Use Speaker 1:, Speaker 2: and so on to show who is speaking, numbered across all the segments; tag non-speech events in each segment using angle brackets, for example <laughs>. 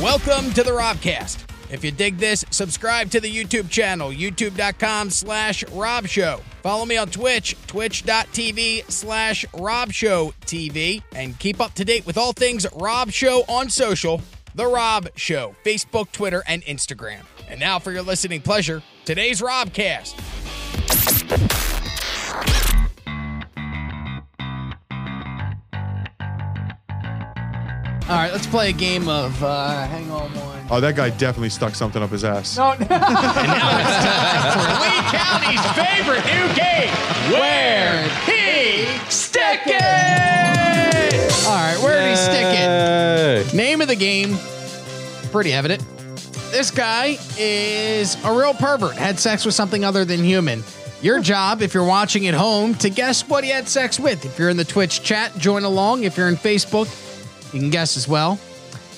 Speaker 1: Welcome to the Robcast. If you dig this, subscribe to the YouTube channel, youtube.com slash robshow. Follow me on Twitch, twitch.tv slash robshowtv. And keep up to date with all things Rob Show on social, The Rob Show, Facebook, Twitter, and Instagram. And now for your listening pleasure, today's Robcast. All right, let's play a game of uh, hang on one.
Speaker 2: Oh, that guy definitely stuck something up his ass.
Speaker 1: Lee County's favorite new game, Where He Stick It! All right, Where Did He Stick It? Name of the game, pretty evident. This guy is a real pervert, had sex with something other than human. Your job, if you're watching at home, to guess what he had sex with. If you're in the Twitch chat, join along. If you're in Facebook, you can guess as well.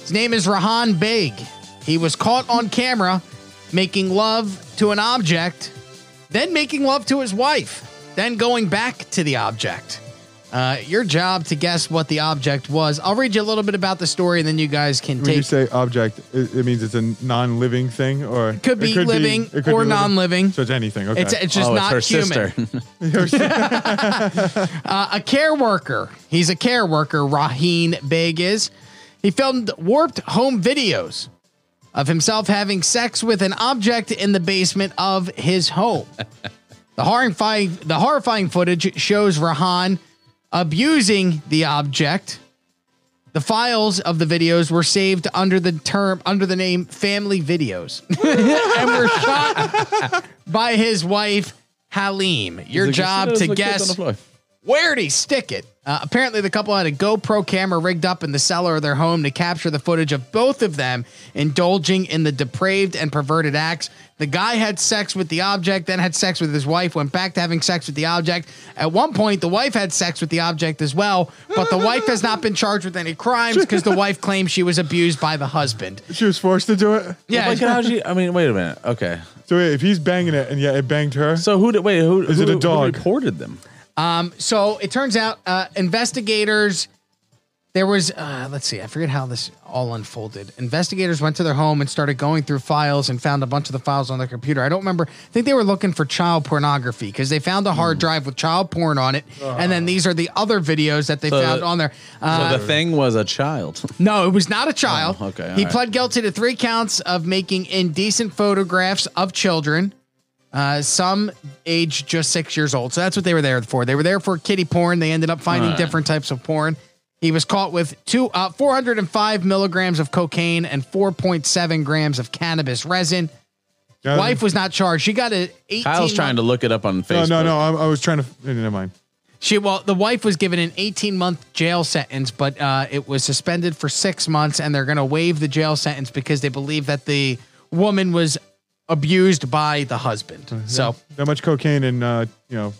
Speaker 1: His name is Rahan Baig. He was caught on camera making love to an object, then making love to his wife, then going back to the object. Uh, your job to guess what the object was. I'll read you a little bit about the story, and then you guys can
Speaker 2: When you
Speaker 1: take.
Speaker 2: say object, it, it means it's a non-living thing, or it
Speaker 1: could be living
Speaker 2: it could
Speaker 1: or
Speaker 2: be
Speaker 1: non-living.
Speaker 2: So it's anything. Okay.
Speaker 1: It's,
Speaker 2: <laughs>
Speaker 1: it's just
Speaker 3: oh,
Speaker 1: not
Speaker 3: it's her
Speaker 1: human.
Speaker 3: sister.
Speaker 1: Uh, a care worker. He's a care worker, Raheen Beg is. He filmed warped home videos of himself having sex with an object in the basement of his home. the horrifying the horrifying footage shows Rahan abusing the object. The files of the videos were saved under the term under the name family videos and were shot by his wife Halim. Your job to guess Where'd he stick it? Uh, apparently, the couple had a GoPro camera rigged up in the cellar of their home to capture the footage of both of them indulging in the depraved and perverted acts. The guy had sex with the object, then had sex with his wife, went back to having sex with the object. At one point, the wife had sex with the object as well, but the wife has not been charged with any crimes because the wife claims she was abused by the husband.
Speaker 2: she was forced to do it.
Speaker 1: Yeah,
Speaker 3: I mean, wait a minute. Okay.
Speaker 2: So wait, if he's banging it and yeah, it banged her.
Speaker 3: So who did? Wait, who
Speaker 2: Is
Speaker 3: who-
Speaker 2: it a
Speaker 3: who
Speaker 2: dog?
Speaker 3: reported them?
Speaker 1: so it turns out uh, investigators there was uh, let's see i forget how this all unfolded investigators went to their home and started going through files and found a bunch of the files on their computer i don't remember i think they were looking for child pornography because they found a
Speaker 3: Hmm.
Speaker 1: hard drive with child porn on it and then these are the other videos that they
Speaker 3: Uh-huh. So
Speaker 1: found
Speaker 3: the-
Speaker 1: on there uh,
Speaker 3: so the thing was a child.
Speaker 1: no, it was not a child.
Speaker 3: Oh, okay, all
Speaker 1: He
Speaker 3: right.
Speaker 1: pled guilty to three counts of making indecent photographs of children, uh, some age just six years old. So that's what they were there for. They were there for kiddie porn. They ended up finding different types of porn. He was caught with two uh, 405 milligrams of cocaine and 4.7 grams of cannabis resin.
Speaker 2: Yeah.
Speaker 1: Wife was not charged. She got a 18.
Speaker 3: Kyle's trying to look it up on
Speaker 2: No,
Speaker 3: Facebook.
Speaker 2: no, no. I, I was trying to. Never mind.
Speaker 1: She well, the wife was given an 18 month jail sentence, but uh, it was suspended for six months, and they're going to waive the jail sentence because they believe that the woman was abused by the husband.
Speaker 3: Mm-hmm.
Speaker 1: So
Speaker 2: That much cocaine and uh, you know,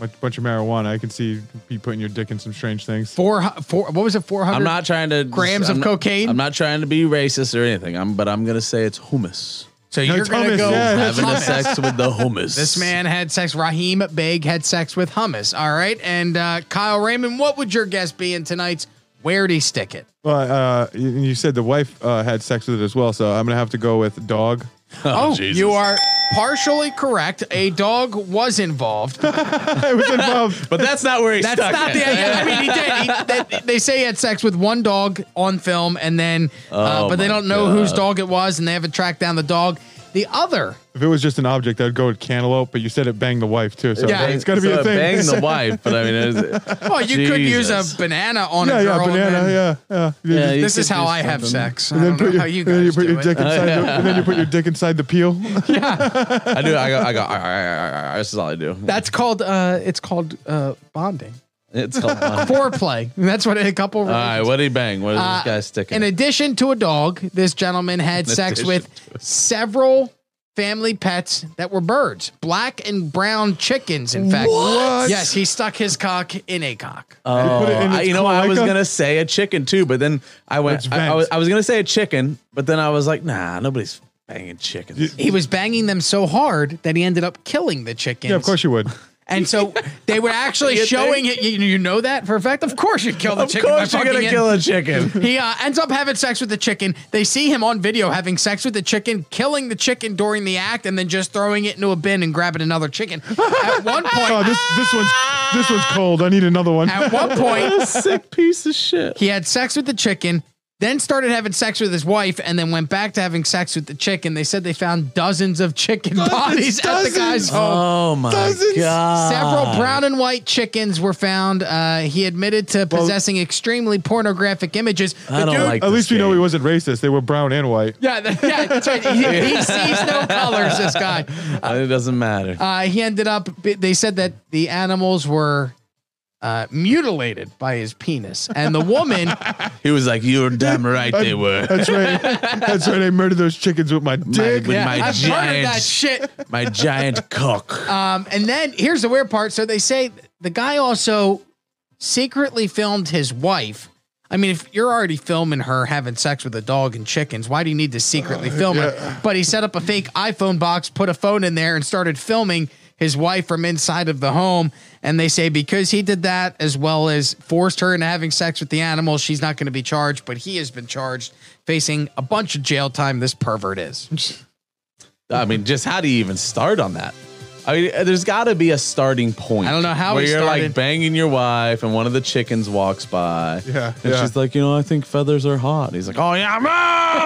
Speaker 2: a bunch of marijuana. I can see you putting your dick in some strange things.
Speaker 1: four, hu- four, what was it? Four hundred.
Speaker 3: I'm not trying to
Speaker 1: Grams
Speaker 3: I'm
Speaker 1: of
Speaker 3: not-
Speaker 1: cocaine?
Speaker 3: I'm not trying to be racist or anything. I'm, but I'm gonna say it's hummus.
Speaker 1: So
Speaker 2: No,
Speaker 1: you're going to
Speaker 2: Thomas,
Speaker 1: go.
Speaker 2: yeah, that's
Speaker 3: Having a
Speaker 1: hummus.
Speaker 3: sex with the hummus.
Speaker 1: This man had sex. Raheem Beg had sex with hummus. All right, and uh, Kyle Raymond, what would your guess be in tonight's? Where'd he stick it?
Speaker 2: Well, uh, you, you said the wife uh, had sex with it as well, so I'm gonna have to go with dog. <laughs>
Speaker 1: Oh,
Speaker 3: Jesus.
Speaker 1: you are partially correct. A dog was involved.
Speaker 2: I was involved.
Speaker 3: But that's not where he
Speaker 1: That's
Speaker 3: stuck
Speaker 1: not
Speaker 3: it.
Speaker 1: the idea. I mean, he did. He, they, they say he had sex with one dog on film, and then, uh,
Speaker 3: Oh
Speaker 1: but they
Speaker 3: my
Speaker 1: don't know
Speaker 3: God.
Speaker 1: whose dog it was, and they haven't tracked down the dog. The other,
Speaker 2: if it was just an object, I'd go with cantaloupe. But you said it banged the wife too, so
Speaker 1: Yeah.
Speaker 2: it's got to be
Speaker 3: So
Speaker 2: a
Speaker 3: it
Speaker 2: thing.
Speaker 3: Banged the wife, but I mean, it was,
Speaker 1: well, you could use
Speaker 3: Jesus.
Speaker 1: a banana on
Speaker 2: <laughs> yeah,
Speaker 1: a
Speaker 2: yeah,
Speaker 1: girl. and
Speaker 2: banana.
Speaker 1: then-
Speaker 2: Yeah, yeah.
Speaker 3: Yeah, you
Speaker 1: This is
Speaker 3: could
Speaker 1: how
Speaker 3: do
Speaker 1: I have
Speaker 3: something.
Speaker 1: sex. I don't know how you
Speaker 2: and then
Speaker 1: guys
Speaker 2: put
Speaker 1: do
Speaker 2: your dick
Speaker 1: it.
Speaker 2: inside the, and then you put your dick inside the peel. <laughs>
Speaker 3: I do. I go. I go. "Arr, arr, arr, arr, arr." This is all I do.
Speaker 1: That's called. Uh, it's called uh, bonding,
Speaker 3: It's all
Speaker 1: <laughs>
Speaker 3: fun.
Speaker 1: foreplay. That's what a couple.
Speaker 3: All right, what did he bang? What is
Speaker 1: Uh,
Speaker 3: this guy sticking?
Speaker 1: In addition to a dog, this gentleman had
Speaker 3: In
Speaker 1: sex
Speaker 3: addition
Speaker 1: with several family pets that were birds, black and brown chickens. In fact,
Speaker 2: What?
Speaker 1: yes, he stuck his cock in a cock.
Speaker 3: oh,
Speaker 2: put it in
Speaker 3: I-
Speaker 2: its
Speaker 3: you know, I was
Speaker 2: cloaca?
Speaker 3: gonna say a chicken too, but then I
Speaker 2: It's
Speaker 3: went. I, I was,
Speaker 2: vent.
Speaker 3: I was gonna say a chicken, but then I was like, nah, nobody's banging chickens.
Speaker 1: he was banging them so hard that he ended up killing the chickens.
Speaker 3: <laughs>
Speaker 2: yeah, of course you would. Oh,
Speaker 1: And so they were actually
Speaker 3: You
Speaker 1: showing
Speaker 3: think?
Speaker 1: it. You, you know that for a fact. Of course, you'd kill the
Speaker 3: <laughs> Of
Speaker 1: chicken. by
Speaker 3: course, you're
Speaker 1: fucking
Speaker 3: gonna
Speaker 1: it.
Speaker 3: kill a chicken.
Speaker 2: <laughs>
Speaker 1: He uh, ends up having sex with the chicken. They see him on video having sex with the chicken, killing the chicken during the act, and then just throwing it into a bin and grabbing another chicken. At one
Speaker 2: Oh,
Speaker 1: point,
Speaker 2: this this one's this one's cold. I need another one.
Speaker 1: at one point,
Speaker 3: Sick piece of shit.
Speaker 1: he had sex with the chicken, then started having sex with his wife, and then went back to having sex with the chicken. They said they found dozens of chicken bodies at
Speaker 2: dozens.
Speaker 1: the guy's home.
Speaker 3: Oh my
Speaker 2: Dozens.
Speaker 3: god!
Speaker 1: Several brown and white chickens were found. Uh, he admitted to possessing extremely pornographic images.
Speaker 3: I
Speaker 1: The
Speaker 3: don't
Speaker 1: dude-
Speaker 2: <laughs>
Speaker 3: like
Speaker 2: At
Speaker 3: this
Speaker 2: least we know
Speaker 3: game.
Speaker 2: he wasn't racist. They were brown and
Speaker 3: <laughs>
Speaker 2: white.
Speaker 1: <laughs> Yeah, that, yeah, that's right. He, he sees no colors. This guy.
Speaker 3: Uh, It doesn't matter.
Speaker 1: Uh, he ended up. They said that the animals were uh, mutilated by his penis, and the woman.
Speaker 3: he was like, "You're damn right they were."
Speaker 2: That's right. That's right. I murdered those chickens with my dick.
Speaker 3: with my
Speaker 1: I've heard that
Speaker 3: giant,
Speaker 1: shit.
Speaker 3: my giant cock.
Speaker 1: Um, and then here's the weird part. So they say the guy also secretly filmed his wife. I mean, if you're already filming her having sex with a dog and chickens, why do you need to secretly film her? But he set up a fake iPhone box, put a phone in there, and started filming his wife from inside of the home. And they say because he did that, as well as forced her into having sex with the animal, she's not going to be charged, but he has been charged, facing a bunch of jail time. This pervert is.
Speaker 3: I mean, just how do you even start on that? I mean, uh, there's got to be a starting point.
Speaker 1: I don't know how
Speaker 3: where
Speaker 1: he
Speaker 3: you're
Speaker 1: started.
Speaker 3: like banging your wife, and one of the chickens walks by.
Speaker 2: Yeah,
Speaker 3: and
Speaker 2: yeah.
Speaker 3: she's like, you know, I think feathers are hot. And he's like, oh yeah, I'm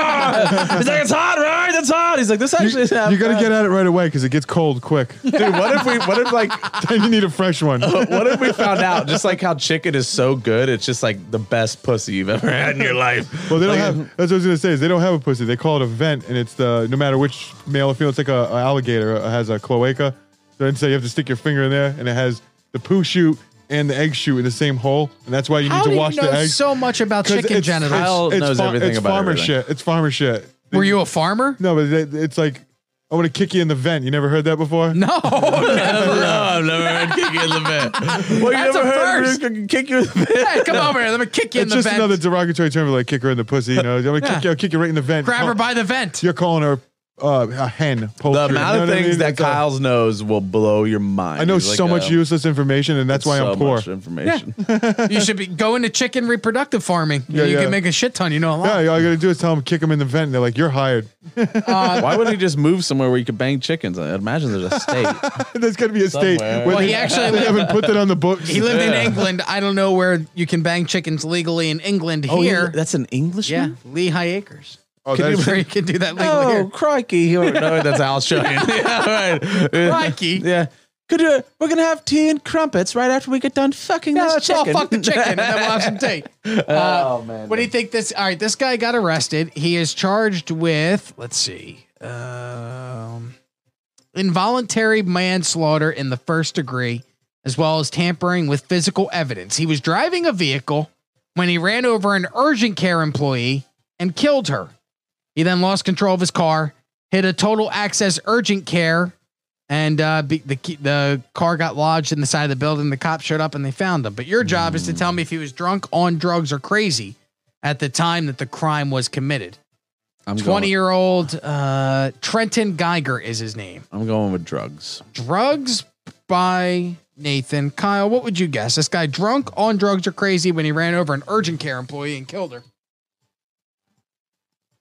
Speaker 3: hot." he's like, it's hot, right? That's hot. He's like, this
Speaker 2: You,
Speaker 3: actually is hot.
Speaker 2: you gotta get at it right away because it gets cold quick.
Speaker 3: dude. What if we? What if like?
Speaker 2: <laughs>
Speaker 3: Oh,
Speaker 2: then you need a fresh one.
Speaker 3: What if we found out just like how chicken is so good? It's just like the best pussy you've ever had in
Speaker 1: <laughs>
Speaker 3: your life.
Speaker 2: Well, they don't
Speaker 3: Like,
Speaker 2: have. That's what I was gonna say. Is they don't have a pussy. They call it a vent, and it's the no matter which male or female. It's like a, a alligator uh, has a cloaca. So instead, you have to stick your finger in there, and it has the poo chute and the egg chute in the same hole, and that's why you
Speaker 1: How
Speaker 2: need
Speaker 1: do
Speaker 2: to
Speaker 1: you
Speaker 2: wash
Speaker 1: know
Speaker 2: the egg.
Speaker 1: so much about
Speaker 2: 'Cause
Speaker 1: chicken
Speaker 2: it's-
Speaker 1: genitals?
Speaker 2: it's-
Speaker 3: Kyle
Speaker 2: it's
Speaker 3: knows
Speaker 2: far-
Speaker 3: everything
Speaker 2: it's
Speaker 3: about
Speaker 2: farmer
Speaker 3: everything.
Speaker 2: shit. It's farmer shit.
Speaker 1: Were you a farmer?
Speaker 2: No, but it- it's like I want to kick you in the vent. You never heard that before?
Speaker 1: No. <laughs>
Speaker 3: no, I've never heard kick you in the vent. Well, you
Speaker 1: That's
Speaker 3: never
Speaker 1: a
Speaker 3: heard
Speaker 1: first.
Speaker 3: kick- kick you in the vent.
Speaker 1: Hey, come over here. Let me kick you in
Speaker 2: it's
Speaker 1: the
Speaker 2: just
Speaker 1: vent.
Speaker 2: another derogatory term for like kick her in the pussy.
Speaker 1: <laughs>
Speaker 2: You know, I'm gonna kick you, I'll kick you right in the vent.
Speaker 1: Grab her
Speaker 2: Oh,
Speaker 1: by the
Speaker 2: <laughs>
Speaker 1: vent.
Speaker 2: You're calling her uh, a hen.
Speaker 3: The
Speaker 2: poultry.
Speaker 3: amount
Speaker 2: You know
Speaker 3: of
Speaker 2: what I
Speaker 3: things
Speaker 2: mean?
Speaker 3: that
Speaker 2: It's like-
Speaker 3: Kyle's knows will blow your mind.
Speaker 2: I know
Speaker 3: He's like,
Speaker 2: so
Speaker 3: uh,
Speaker 2: much useless information, and that's why
Speaker 3: so
Speaker 2: I'm poor.
Speaker 3: Much information.
Speaker 1: You should be going to chicken reproductive farming.
Speaker 2: Yeah,
Speaker 1: you
Speaker 2: yeah.
Speaker 1: can make a shit ton. You know a lot.
Speaker 2: Yeah, all you gotta do is tell them kick them in the vent. And they're like, "You're hired."
Speaker 3: <laughs>
Speaker 2: <laughs>
Speaker 3: Why wouldn't he just move somewhere where you could bang chickens? I imagine there's a state.
Speaker 2: There's gotta be a state.
Speaker 3: Somewhere.
Speaker 2: where
Speaker 1: Well,
Speaker 2: they,
Speaker 1: he actually
Speaker 2: they
Speaker 1: lived,
Speaker 2: haven't put that on the books.
Speaker 1: he lived in
Speaker 3: Yeah.
Speaker 1: England. I don't know where you can bang chickens legally in England.
Speaker 3: Oh,
Speaker 1: here,
Speaker 3: that's an
Speaker 1: yeah,
Speaker 3: Englishman.
Speaker 1: Lehigh Acres.
Speaker 2: oh,
Speaker 3: Can
Speaker 2: that
Speaker 3: you
Speaker 2: is-
Speaker 1: Where <laughs> you can do that legally
Speaker 3: Oh,
Speaker 1: here.
Speaker 3: crikey! You don't know that's Al Shane. yeah, right.
Speaker 1: Crikey.
Speaker 3: Yeah. Could you, we're gonna have tea and crumpets right after we get done fucking
Speaker 1: Yeah,
Speaker 3: this
Speaker 1: let's all
Speaker 3: chicken.
Speaker 1: fuck
Speaker 3: <laughs>
Speaker 1: the chicken and then we'll have some tea. Uh,
Speaker 3: oh man.
Speaker 1: What do you think this? All right, this guy got arrested. He is charged with, let's see, um, involuntary manslaughter in the first degree, as well as tampering with physical evidence. He was driving a vehicle when he ran over an urgent care employee and killed her. He then lost control of his car, hit a total access urgent care, and uh, be, the key- the car got lodged in the side of the building. The cops showed up and they found him. But your job is to tell me if he was drunk, on drugs, or crazy at the time that the crime was committed.
Speaker 3: I'm
Speaker 1: Twenty
Speaker 3: going,
Speaker 1: year old uh, Trenton Geiger is his name.
Speaker 3: I'm going with drugs.
Speaker 1: Drugs by Nathan Kyle. What would you guess? This guy drunk, on drugs, or crazy when he ran over an urgent care employee and killed her.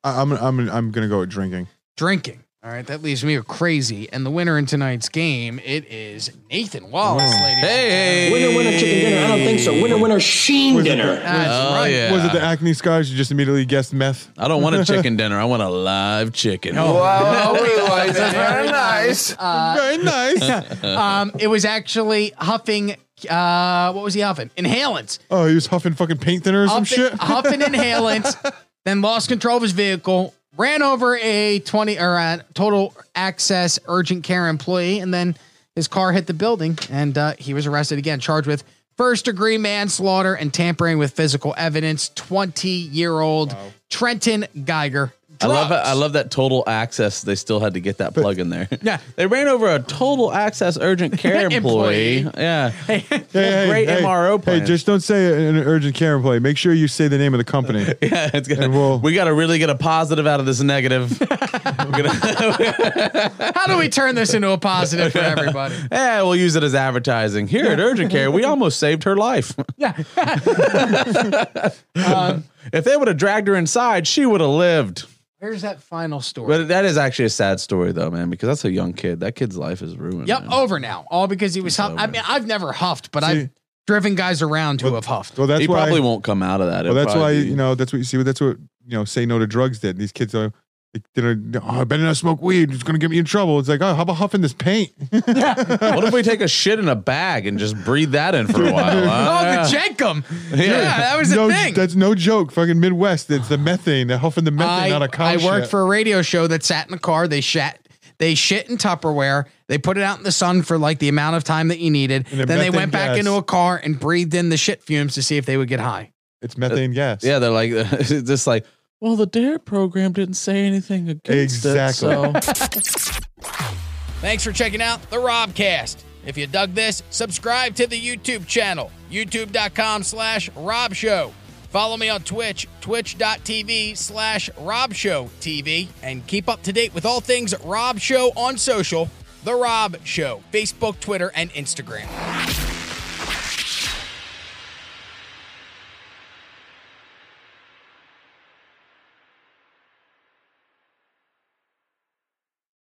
Speaker 2: I- I'm, I'm, I'm gonna go with drinking.
Speaker 1: drinking. All right, that leaves me with crazy. And the winner in tonight's game, it is Nathan Wallace, ladies.
Speaker 3: Hey.
Speaker 4: Winner, winner, chicken dinner. I don't think so. Winner, winner, sheen dinner.
Speaker 1: and gentlemen. That's
Speaker 3: Oh,
Speaker 1: right.
Speaker 3: yeah.
Speaker 2: Was it the acne scars? You just immediately guessed meth.
Speaker 3: I don't want a chicken dinner. I want a live chicken.
Speaker 1: <laughs>
Speaker 5: Wow, wow, that's very nice.
Speaker 1: Uh,
Speaker 2: <laughs> Very
Speaker 1: <laughs>
Speaker 2: nice.
Speaker 1: Um, it was actually huffing. Uh, what was he huffing? Inhalants.
Speaker 2: Oh, he was huffing fucking paint thinner or some
Speaker 1: Huffing,
Speaker 5: <laughs>
Speaker 2: shit.
Speaker 1: huffing inhalants. Then lost control of his vehicle, ran over a twenty or a total access urgent care employee, and then his car hit the building, and uh, he was arrested again, charged with first degree manslaughter and tampering with physical evidence. Twenty year old Trenton Geiger.
Speaker 3: I love
Speaker 1: Drugs.
Speaker 3: I love that total access. They still had to get that plug in <laughs> there.
Speaker 1: Yeah.
Speaker 3: they ran over a total access urgent care employee.
Speaker 1: Employee.
Speaker 3: Yeah,
Speaker 2: Hey,
Speaker 3: great
Speaker 2: hey,
Speaker 3: MRO plan.
Speaker 2: Hey, just don't say an urgent care employee. Make sure you say the name of
Speaker 1: <laughs>
Speaker 2: the company.
Speaker 3: yeah, <laughs> it's gonna,
Speaker 2: And we'll-
Speaker 3: we got to really get a positive out of this
Speaker 2: <laughs>
Speaker 3: negative. We're gonna-
Speaker 1: How do we turn this into a positive for
Speaker 3: <laughs>
Speaker 1: everybody?
Speaker 3: yeah, we'll use it as advertising here at Urgent
Speaker 2: <laughs>
Speaker 3: Care. We almost saved her life.
Speaker 1: Yeah.
Speaker 3: if they would have dragged her inside, she would have lived.
Speaker 1: Where's that final story?
Speaker 3: But that is actually a sad story, though, man, because that's a young kid. That kid's life is ruined.
Speaker 1: Yep,
Speaker 3: man.
Speaker 2: Oh,
Speaker 1: over now. All because he was huffed. I mean, I've never huffed, but I've driven guys around who have huffed.
Speaker 2: Well, that's
Speaker 3: he
Speaker 2: why.
Speaker 3: probably won't come out of that.
Speaker 2: well,
Speaker 3: It'll
Speaker 2: that's why
Speaker 3: probably be-
Speaker 2: you know. That's what you see. That's what you know. Say no to drugs. Did these kids are. Like, they're, oh, I better not smoke weed. It's gonna get me in trouble. It's like, oh, how about huffing this paint?
Speaker 3: What if we take a shit in a bag and just breathe that in for a while?
Speaker 2: <laughs>
Speaker 1: Oh,
Speaker 3: huh?
Speaker 1: the Jenkum. Yeah. that was the
Speaker 2: no,
Speaker 1: thing.
Speaker 2: that's no joke. Fucking Midwest. It's the methane. They're huffing the methane,
Speaker 1: I,
Speaker 2: not a cow
Speaker 1: I worked
Speaker 2: shit.
Speaker 1: for a radio show that sat in a car. They shat, they shit in Tupperware. They put it out in the sun for like the amount of time that you needed.
Speaker 2: And the
Speaker 1: Then they
Speaker 2: methane
Speaker 1: went back
Speaker 2: gas.
Speaker 1: into a car and breathed in the shit fumes to see if they would get high.
Speaker 2: It's methane
Speaker 1: Uh,
Speaker 2: gas.
Speaker 3: <laughs> Yeah, they're like <laughs> just like, well, the dare program didn't say anything against
Speaker 2: Exactly.
Speaker 3: it. So.
Speaker 1: Thanks for checking out the Robcast. If you dug this, subscribe to the YouTube channel, youtube.com slash Rob Show. Follow me on Twitch, twitch.tv slash Rob Show TV, and keep up to date with all things Rob Show on social, The Rob Show, Facebook, Twitter, and Instagram.